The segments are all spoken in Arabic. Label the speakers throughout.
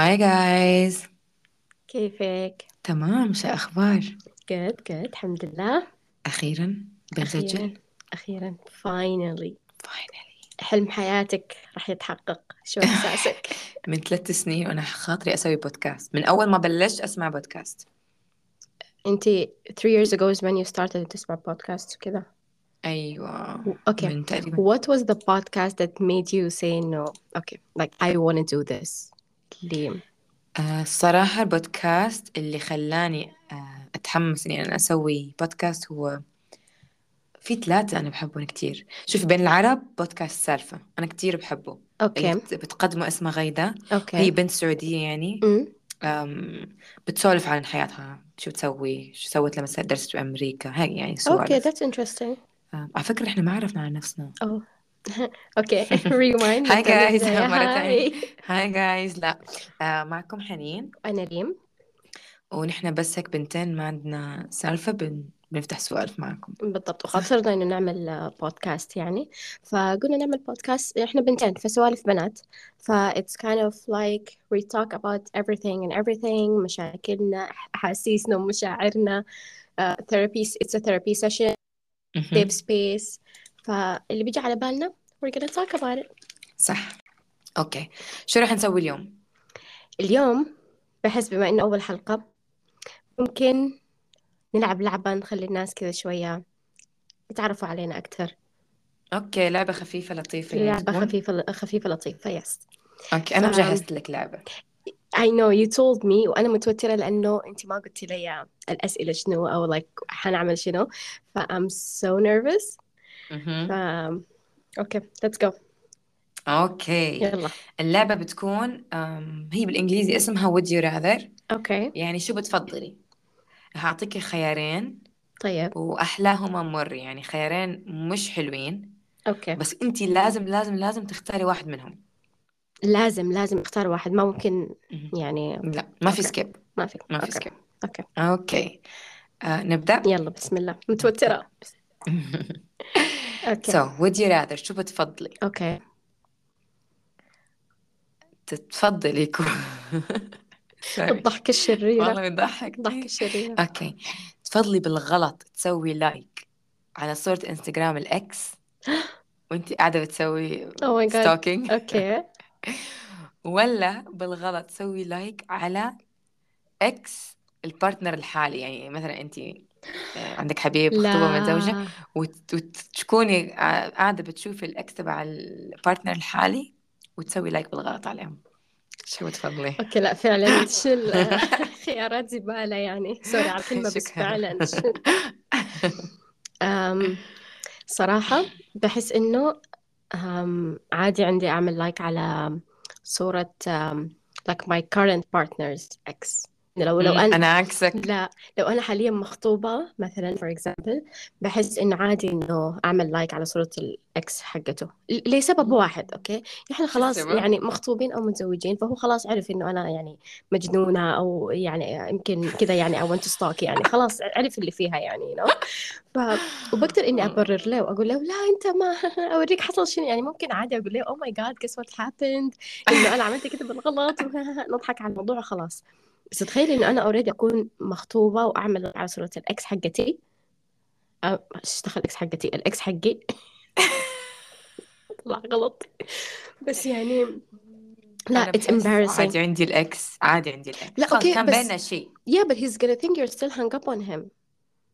Speaker 1: هاي جايز
Speaker 2: كيفك؟
Speaker 1: تمام شو اخبار
Speaker 2: جود جود الحمد لله
Speaker 1: اخيرا بنسجل
Speaker 2: أخيرا أخيرا finally
Speaker 1: فاينلي
Speaker 2: حلم حياتك راح يتحقق شو إحساسك؟
Speaker 1: من ثلاث سنين وانا خاطري اسوي بودكاست من اول ما بلشت اسمع بودكاست
Speaker 2: أنتي three years ago is when you started تسمع podcasts وكذا
Speaker 1: ايوه
Speaker 2: و- Okay
Speaker 1: من تقريبا
Speaker 2: what was the podcast that made you say no okay like I want to do this ليه؟
Speaker 1: آه، الصراحة البودكاست اللي خلاني آه، اتحمس اني انا اسوي بودكاست هو في ثلاثة انا بحبهم كتير شوفي بين العرب بودكاست سالفة انا كتير بحبه اللي
Speaker 2: Okay
Speaker 1: بت- بتقدمه اسمها غيدة
Speaker 2: okay Mm.
Speaker 1: هي بنت سعودية يعني
Speaker 2: أمم
Speaker 1: أم، بتسولف عن حياتها شو بتسوي شو سوت لما درست بأمريكا هاي يعني
Speaker 2: okay
Speaker 1: سوالف
Speaker 2: that's interesting
Speaker 1: أم، على فكرة احنا ما عرفنا عن نفسنا
Speaker 2: oh okay rewind
Speaker 1: هاي
Speaker 2: من
Speaker 1: جايز
Speaker 2: تاني بداية
Speaker 1: مرة تانية
Speaker 2: هاي
Speaker 1: هاي جايز لا آه، معكم حنين
Speaker 2: أنا ريم
Speaker 1: ونحن بس هيك بنتين ما عندنا سالفة بن... بنفتح سوالف معكم
Speaker 2: بالضبط وخاطرنا انه نعمل آه، بودكاست يعني فقلنا نعمل بودكاست احنا بنتين فسوالف بنات ف it's kind of like we talk about everything and everything مشاكلنا أحاسيسنا ومشاعرنا uh, therapy it's a therapy session safe
Speaker 1: مهم.
Speaker 2: space فاللي بيجي على بالنا we're gonna talk about it
Speaker 1: صح اوكي شو رح نسوي اليوم
Speaker 2: اليوم بحس بما انه أول حلقة ممكن نلعب لعبة نخلي الناس كذا شوية يتعرفوا علينا أكثر
Speaker 1: اوكي لعبة خفيفة لطيفة يعني
Speaker 2: لعبة
Speaker 1: تكون
Speaker 2: خفيفة خفيفة لطيفة يس
Speaker 1: اوكي
Speaker 2: ف
Speaker 1: انا مجهزت لك لعبة
Speaker 2: I know you told me وأنا متوترة لأنه أنت ما قلتي لي الأسئلة شنو أو like حنعمل شنو ف I'm so nervous ف
Speaker 1: مهم.
Speaker 2: okay let's go
Speaker 1: اوكي
Speaker 2: يلا
Speaker 1: اللعبة بتكون أم، هي بالإنجليزي اسمها would you rather
Speaker 2: okay
Speaker 1: يعني شو بتفضلي هعطيكي خيارين
Speaker 2: طيب
Speaker 1: وأحلاهما مر يعني خيارين مش حلوين
Speaker 2: okay
Speaker 1: بس انتي لازم لازم لازم تختاري واحد منهم
Speaker 2: لازم لازم أختار واحد ما ممكن
Speaker 1: مهم.
Speaker 2: يعني
Speaker 1: لا ما في
Speaker 2: okay
Speaker 1: سكيب
Speaker 2: ما في
Speaker 1: ما في
Speaker 2: okay
Speaker 1: سكيب
Speaker 2: okay
Speaker 1: اوكي آه نبدأ
Speaker 2: يلا بسم الله متوترة okay
Speaker 1: so would you rather شو بتفضلي
Speaker 2: okay
Speaker 1: تتفضلي يكون سوري
Speaker 2: الضحكة الشريرة
Speaker 1: والله بتضحك
Speaker 2: الضحكة الشريرة
Speaker 1: اوكي تفضلي بالغلط تسوي لايك على صورة انستغرام الاكس وانت قاعدة بتسوي
Speaker 2: oh my god
Speaker 1: ستوكينج
Speaker 2: okay
Speaker 1: طيب، ولا بالغلط تسوي لايك على اكس البارتنر الحالي يعني مثلا انت عندك حبيب خطوبة متزوجة
Speaker 2: لا
Speaker 1: وت- وتكوني قاعدة بتشوفي الاكس تبع البارتنر الحالي وتسوي لايك بالغلط عليهم شو تفضلي
Speaker 2: اوكي لا فعلا انت شل خيارات زبالة يعني سوري على الكلمة بس
Speaker 1: شكرا
Speaker 2: فعلا شل أم صراحة بحس انه أم عادي عندي اعمل لايك على صورة أم like my current partner's ex لو لو
Speaker 1: أمم،
Speaker 2: انا
Speaker 1: انا عكسك
Speaker 2: لا لو انا حاليا مخطوبة مثلا for example بحس انه عادي انه اعمل لايك على صورة الاكس حقته ل- لسبب واحد اوكي نحن
Speaker 1: شو
Speaker 2: خلاص
Speaker 1: السبب؟
Speaker 2: يعني مخطوبين او متزوجين فهو خلاص عرف انه انا يعني مجنونة او يعني يمكن كذا يعني I want to stalk يعني خلاص عرف اللي فيها يعني you know ف... وبقدر اني ابرر له واقول له لا انت ما اوريك حصل شنو يعني ممكن عادي اقول له oh my god guess what happened انه انا عملت كده بالغلط نضحك على الموضوع وخلاص بس تخيل انه انا اوريدي اكون مخطوبه واعمل على صوره الاكس حقتي أو إيش دخل الاكس حقتي الاكس حقي طلع غلط بس يعني
Speaker 1: انا
Speaker 2: لا it's
Speaker 1: بحس
Speaker 2: embarrassing
Speaker 1: عادي عندي الاكس عادي عندي
Speaker 2: لا
Speaker 1: الاكس خلص
Speaker 2: اوكي
Speaker 1: كان
Speaker 2: بس
Speaker 1: بيننا شيء
Speaker 2: yeah but he's gonna think you're still hung up on him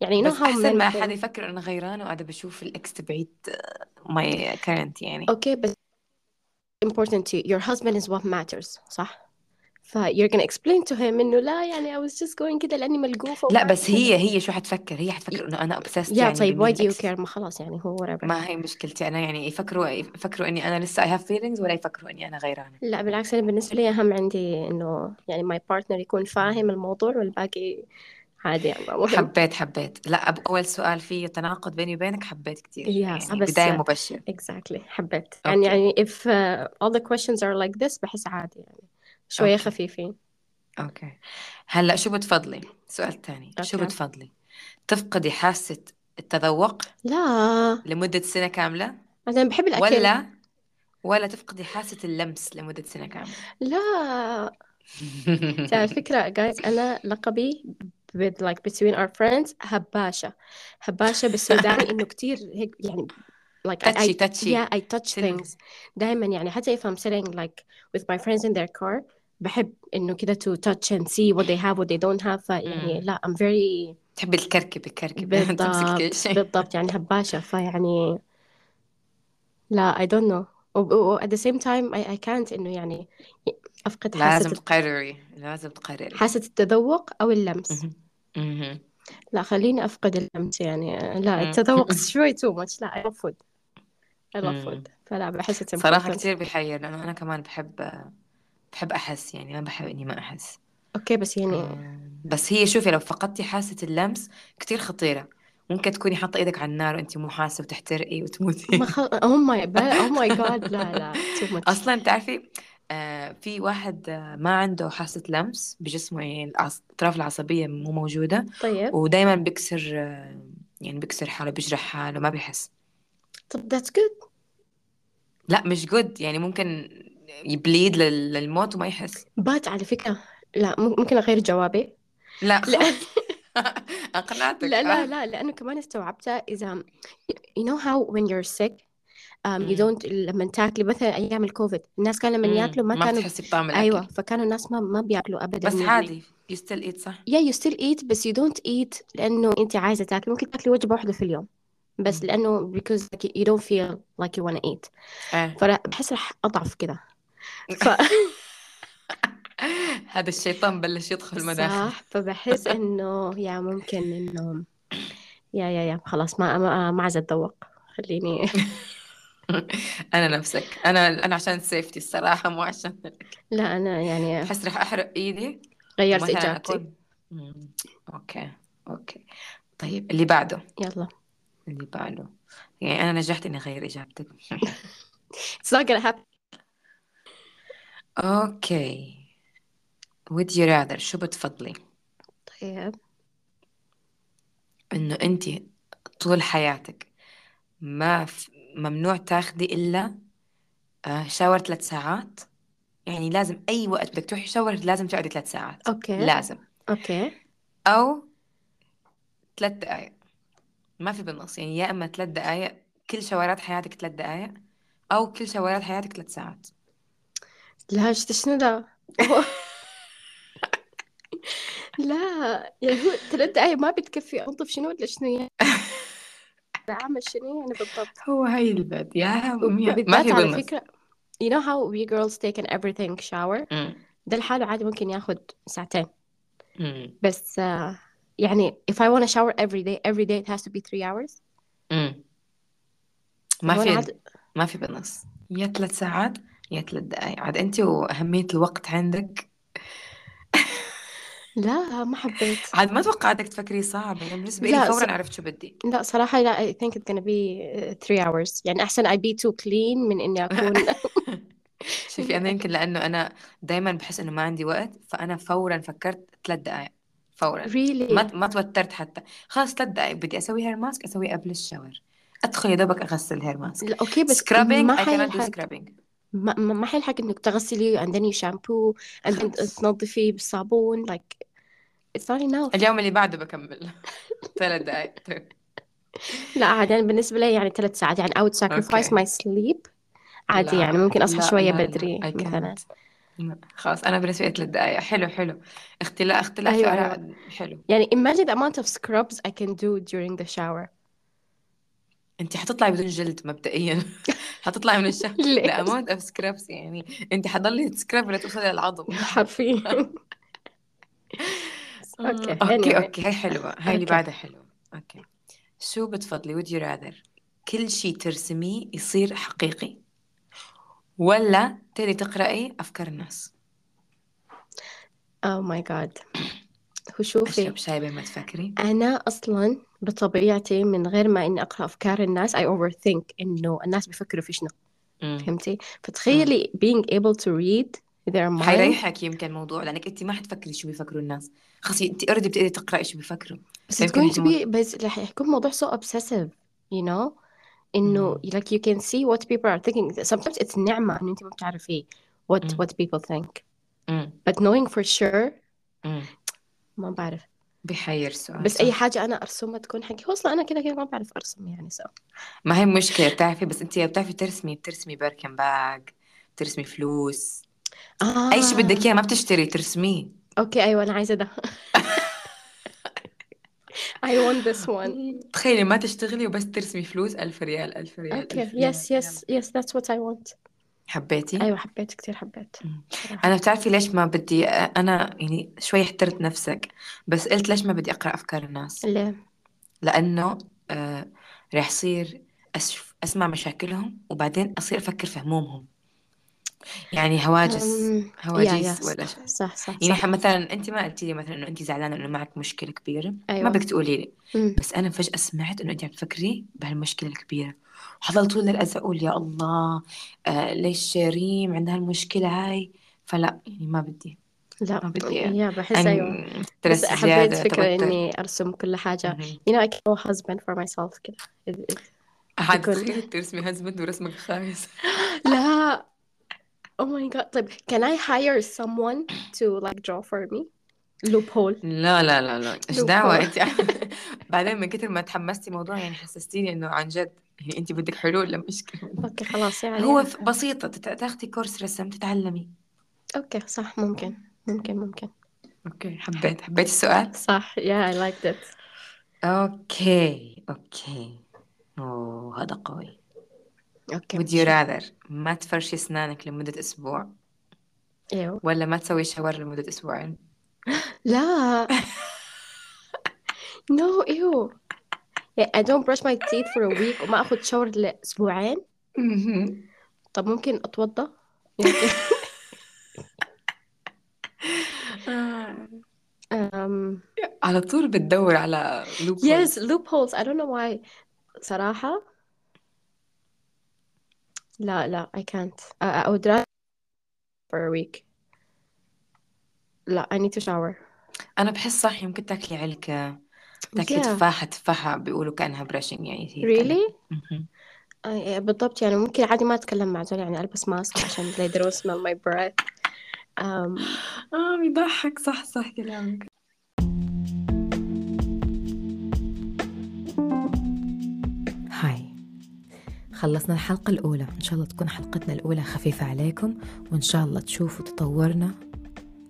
Speaker 2: يعني you know
Speaker 1: بس
Speaker 2: how
Speaker 1: احسن
Speaker 2: men
Speaker 1: ما
Speaker 2: think
Speaker 1: حدا يفكر انه غيران وقاعده بشوف الاكس تبعيت ماي كارنت يعني
Speaker 2: اوكي بس important to you your husband is what matters صح ف you're gonna explain to him انه لا يعني I was just going كده لاني ملقوفه
Speaker 1: لا
Speaker 2: وما
Speaker 1: بس
Speaker 2: احب
Speaker 1: هي هي شو حتفكر هي حتفكر انه انا obsessed
Speaker 2: يا
Speaker 1: يعني
Speaker 2: طيب why
Speaker 1: بمين
Speaker 2: do
Speaker 1: الاكس
Speaker 2: you care ما خلاص يعني هو whatever
Speaker 1: ما هي مشكلتي انا يعني يفكروا يفكروا اني انا لسه I have feelings ولا يفكروا اني انا غيرانه
Speaker 2: لا بالعكس أنا بالنسبة لي أهم عندي إنه يعني my partner يكون فاهم الموضوع والباقي عادي يعني ما مهم
Speaker 1: حبيت حبيت لا أب- اول سؤال فيه تناقض بيني وبينك حبيت كتير
Speaker 2: yes
Speaker 1: يعني
Speaker 2: بس
Speaker 1: بدايه مبشره
Speaker 2: exactly حبيت يعني
Speaker 1: اوكي
Speaker 2: يعني if uh, all the questions are like this بحس عادي يعني شوية
Speaker 1: اوكي
Speaker 2: خفيفين
Speaker 1: اوكي هلا شو بتفضلي سؤال تاني شو
Speaker 2: أوكي
Speaker 1: بتفضلي تفقدي حاسه التذوق
Speaker 2: لا
Speaker 1: لمدة سنة كاملة
Speaker 2: أنا بحب الأكل
Speaker 1: ولا ولا تفقدي حاسة اللمس لمدة سنة كاملة
Speaker 2: لا تعرف الفكرة جايز أنا لقبي with like between our friends هباشة هباشة بالسوداني إنه كتير هيك يعني like
Speaker 1: تاتشي
Speaker 2: I,
Speaker 1: تاتشي
Speaker 2: yeah I touch
Speaker 1: سن-
Speaker 2: things دائما يعني حتى if I'm sitting like with my friends in their car بحب إنه كده to touch and see what they have what they don't have فيعني
Speaker 1: مم.
Speaker 2: لا I'm very
Speaker 1: تحب الكركب الكركب تمسك كل
Speaker 2: بالضبط
Speaker 1: شيء
Speaker 2: بالضبط يعني هباشة فيعني لا I don't know و- و at the same time I, I can't إنه يعني أفقد حاسة
Speaker 1: لازم تقرري لازم تقرري
Speaker 2: حاسة التذوق أو اللمس
Speaker 1: مهم. مهم.
Speaker 2: لا خليني أفقد اللمس يعني لا
Speaker 1: مم.
Speaker 2: التذوق شوي too much لا I love food I love
Speaker 1: مم.
Speaker 2: food فلا بحس it's
Speaker 1: صراحة
Speaker 2: important
Speaker 1: كتير بيحير لأنه أنا كمان بحب بحب أحس يعني ما بحب إني ما أحس
Speaker 2: أوكي بس يعني
Speaker 1: آم، بس هي شوفي لو فقدتي حاسة اللمس كتير خطيرة ممكن تكوني حاطة إيدك على النار وأنت مو حاسة وتحترقي
Speaker 2: ما
Speaker 1: وتموتي
Speaker 2: خل... oh my ba- oh my god لا لا too much
Speaker 1: أصلا تعرفي آه، في واحد آه، ما عنده حاسة لمس بجسمه يعني العص- الأطراف العصبية مو موجودة
Speaker 2: طيب
Speaker 1: ودايما بيكسر آه، يعني بيكسر حاله بيجرح حاله ما بيحس
Speaker 2: طب that's good
Speaker 1: لا مش جود يعني ممكن يبليد لل- للموت وما يحس
Speaker 2: بات على فكرة لا مم- ممكن أغير جوابي
Speaker 1: لا
Speaker 2: لا
Speaker 1: خلاص أقنعتك آه.
Speaker 2: لا لا
Speaker 1: ها
Speaker 2: لا لأنه كمان استوعبتها إذا you know how when you're sick um, you
Speaker 1: مم.
Speaker 2: don't لما تاكلي مثلا أيام الكوفيد الناس كانوا لما
Speaker 1: مم.
Speaker 2: ياكلوا ما
Speaker 1: ما
Speaker 2: كانوا
Speaker 1: بتحسي بطعم
Speaker 2: أيوة
Speaker 1: الأكل
Speaker 2: فكانوا الناس ما ما بياكلوا أبدا
Speaker 1: بس
Speaker 2: يعني
Speaker 1: عادي you still eat صح
Speaker 2: yeah you still eat بس you don't eat لأنه أنت عايزة تاكلي ممكن تاكلي وجبة واحدة في اليوم بس
Speaker 1: مم.
Speaker 2: لأنه because like you don't feel like you wanna eat
Speaker 1: آه.
Speaker 2: فبحس رح أضعف كده ف
Speaker 1: هذا الشيطان بلش يدخل مداخل
Speaker 2: صح فبحس إنه يا ممكن إنه يا يا يا خلاص ما ما, ما عايزة أتذوق خليني
Speaker 1: أنا نفسك أنا أنا عشان سيفتي الصراحة مو
Speaker 2: أيوة.
Speaker 1: عشان
Speaker 2: لا أنا يعني
Speaker 1: بحس رح أحرق إيدي
Speaker 2: غيرت
Speaker 1: ومثلا
Speaker 2: إجابتي
Speaker 1: أكون مم. أوكي أوكي طيب اللي بعده
Speaker 2: يلا
Speaker 1: اللي بعده يعني أنا نجحت إني أغير إجابتك
Speaker 2: it's not gonna happen
Speaker 1: أوكي would you rather شو بتفضلي
Speaker 2: طيب
Speaker 1: إنه أنت طول حياتك ما ف... ممنوع تاخدي إلا آه، شاور ثلاث ساعات يعني لازم أي وقت بدك تروحي شاور لازم تقعدي ثلاث ساعات
Speaker 2: أوكي
Speaker 1: لازم
Speaker 2: أوكي
Speaker 1: أو ثلاث دقايق ما في بالنص يعني يا إما ثلاث دقايق كل شاورات حياتك ثلاث دقايق أو كل شاورات حياتك ثلاث ساعات
Speaker 2: لا شت- شنو ده لا يعني هو ثلاث دقايق ما بتكفي انظف شنو ولا شنو يعني بعمل شنو يعني بالضبط
Speaker 1: هو هاي البد يا عم يا- ما
Speaker 2: وبالذات
Speaker 1: في
Speaker 2: على
Speaker 1: بالنص
Speaker 2: فكرة you know how we girls take an everything shower
Speaker 1: أمم،
Speaker 2: ده لحاله عادي ممكن ياخد ساعتين
Speaker 1: أمم،
Speaker 2: بس آه، يعني if I want to shower every day every day it has to be three hours
Speaker 1: أمم. ما
Speaker 2: هو أنا
Speaker 1: في
Speaker 2: عاد
Speaker 1: ما في بالنص يا ثلاث ساعات يا ثلاث دقايق عاد أنت وأهمية الوقت عندك
Speaker 2: لا ما حبيت
Speaker 1: عاد ما توقعتك تفكري صعب يعني بالنسبة لي
Speaker 2: لا ص...
Speaker 1: فورا عرفت شو بدي
Speaker 2: لا صراحة لا I think it's gonna be uh, three hours يعني أحسن I be too clean من إني أكون
Speaker 1: شوفي انا يمكن لانه انا دايما بحس انه ما عندي وقت فانا فورا فكرت ثلاث دقائق فورا ما
Speaker 2: really
Speaker 1: ما توترت حتى خلاص ثلاث دقائق بدي اسوي هير ماسك اسوي قبل الشاور ادخل يا دوبك اغسل هير ماسك
Speaker 2: لا أوكي بس
Speaker 1: سكرابينج
Speaker 2: ما
Speaker 1: I cannot do
Speaker 2: حيلحق
Speaker 1: scrubbing
Speaker 2: ما ما ما حيلحق انك تغسلي and then you shampoo and then
Speaker 1: خلص
Speaker 2: تنظفي بالصابون like it's not enough
Speaker 1: اليوم اللي بعده بكمل ثلاث دقائق طيب
Speaker 2: لا عادي انا بالنسبة لي يعني ثلاث ساعات يعني I would sacrifice
Speaker 1: اوكي
Speaker 2: my sleep عادي يعني
Speaker 1: لا
Speaker 2: ممكن اصحى
Speaker 1: لا
Speaker 2: شوية
Speaker 1: لا لا
Speaker 2: بدري
Speaker 1: I
Speaker 2: مثلا
Speaker 1: can't لا. خلاص انا بالنسبة لي ثلاث دقائق حلو حلو اختلاف اختلاف في
Speaker 2: ايوه ايوه
Speaker 1: اراء حلو
Speaker 2: يعني imagine the amount of scrubs I can do during the shower
Speaker 1: انت حتطلعي بدون جلد مبدئيا حتطلعي من الشهر
Speaker 2: ليه
Speaker 1: لا امونت اوف سكرابس يعني انت حتضلي تسكراب لتوصلي للعظم
Speaker 2: حرفيا اوكي
Speaker 1: آه، اوكي
Speaker 2: anyway
Speaker 1: اوكي هاي حلوه هاي اللي
Speaker 2: اوكي
Speaker 1: بعدها حلوه اوكي شو بتفضلي would you rather كل شيء ترسميه يصير حقيقي ولا تقدري تقرأي أفكار الناس
Speaker 2: oh my god هو شوفي
Speaker 1: أشرب شاي بين ما تفكري
Speaker 2: أنا أصلا بطبيعتي من غير ما إني أقرأ أفكار الناس I overthink إنه الناس بيفكروا في شنو
Speaker 1: امم
Speaker 2: فهمتي
Speaker 1: امم
Speaker 2: فتخيلي being able to read their mind
Speaker 1: حيريحك يمكن الموضوع لأنك أنت ما حتفكري شو بيفكروا الناس خلاص أنت أوريدي بتقدري تقرأي شو بيفكروا
Speaker 2: بس it's
Speaker 1: فيمكن
Speaker 2: going to
Speaker 1: يهمك
Speaker 2: be بس رح يكون موضوع so obsessive you know إنه
Speaker 1: امم
Speaker 2: like you can see what people are thinking sometimes it's نعمة إن أنت ما بتعرفي what
Speaker 1: أمم.
Speaker 2: what people think
Speaker 1: أمم،
Speaker 2: but knowing for sure
Speaker 1: أمم.
Speaker 2: ما بعرف
Speaker 1: بيحير طيب. السؤال
Speaker 2: بس
Speaker 1: صح.
Speaker 2: أي حاجة أنا أرسمها تكون حقي هو أصلا أنا كده كده ما بعرف أرسم يعني سو
Speaker 1: ما هي مشكلة بتعرفي بس انت بتعرفي ترسمي بترسمي بيركن باج بترسمي فلوس
Speaker 2: آه
Speaker 1: اي شيء بدك اياه ما بتشتري ترسميه
Speaker 2: أوكي أيوة أنا عايزة ده I want this one
Speaker 1: تخيلي ما تشتغلي وبس ترسمي فلوس ألف ريال ألف ريال
Speaker 2: أوكي
Speaker 1: ألف ريال
Speaker 2: yes
Speaker 1: يلا.
Speaker 2: yes yes that's what I want
Speaker 1: حبيتي
Speaker 2: أيوة حبيت كتير حبيت
Speaker 1: مم.
Speaker 2: صراحة
Speaker 1: أنا بتعرفي ليش ما بدي أنا يعني شوي احترت نفسك بس قلت ليش ما بدي أقرأ أفكار الناس
Speaker 2: ليه
Speaker 1: لأنه آه رح صير أشف أسمع مشاكلهم وبعدين أصير أفكر في همومهم يعني هواجس
Speaker 2: أم، يا يا
Speaker 1: هواجيس ولا
Speaker 2: صح
Speaker 1: شيء
Speaker 2: صح صح
Speaker 1: يعني
Speaker 2: صح
Speaker 1: ح- مثلا انت ما قلتي لي مثلا انه انت زعلانه انه معك مشكله كبيره ما
Speaker 2: أيوة
Speaker 1: بدك تقولي لي
Speaker 2: أمم.
Speaker 1: بس انا فجاه سمعت انه انت عم تفكري بهالمشكله الكبيره وحضلت طول الازمه اقول يا الله آه ليش ريم عندها المشكله هاي فلا يعني ما بدي
Speaker 2: لا
Speaker 1: ما بدي
Speaker 2: يا بحس أيوة
Speaker 1: ان
Speaker 2: بس
Speaker 1: ستريس
Speaker 2: حبيت
Speaker 1: زياده
Speaker 2: فكرة
Speaker 1: توتر
Speaker 2: إني أرسم كل حاجة
Speaker 1: مهم.
Speaker 2: you know I can grow a husband for myself كده It- it-
Speaker 1: عاد
Speaker 2: تكون
Speaker 1: تخيلي ترسمي هزبد ورسمك خايس
Speaker 2: لا oh my god طيب can I hire someone to like draw for me loophole
Speaker 1: لا لا لا يعني لا ايش دعوه
Speaker 2: loophole
Speaker 1: انت بعدين من كثر ما تحمستي موضوع يعني حسستيني انه عن جد يعني انت بدك حلول لمشكله
Speaker 2: اوكي خلاص يعني
Speaker 1: هو ف- بسيطة تت- تاخدي كورس رسم تتعلمي
Speaker 2: اوكي صح ممكن ممكن ممكن
Speaker 1: اوكي حبيت حبيت السؤال
Speaker 2: صح yeah I liked it
Speaker 1: اوكي اوكي اوه هذا قوي
Speaker 2: اوكي
Speaker 1: would you
Speaker 2: ماشي
Speaker 1: rather ما تفرشي اسنانك لمدة اسبوع
Speaker 2: ايوه
Speaker 1: ولا ما تسوي شاور لمدة اسبوعين
Speaker 2: لا no ew يعني I don't brush my teeth for a week وما اخذ شاور لاسبوعين
Speaker 1: مهم.
Speaker 2: طب ممكن اتوضى يمكن
Speaker 1: آه.
Speaker 2: um,
Speaker 1: على طول بتدور على لوب
Speaker 2: yes
Speaker 1: هولز
Speaker 2: loopholes I don't know why صراحة لا لا I can't I, I would rather for a week لا I need to shower
Speaker 1: انا بحس صح يمكن تاكلي علكة تاكلي
Speaker 2: yeah
Speaker 1: تفاحة تفاحة بيقولوا كأنها برشنج يعني هي كأنها
Speaker 2: really
Speaker 1: مهم.
Speaker 2: أي- بالضبط يعني ممكن عادي ما أتكلم مع زول يعني ألبس ماسك عشان they don't smell my breath um,
Speaker 1: اه بيضحك صح صح كلامك
Speaker 3: هاي خلصنا الحلقة الأولى إن شاء الله تكون حلقتنا الأولى خفيفة عليكم وإن شاء الله تشوفوا تطورنا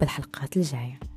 Speaker 3: بالحلقات الجاية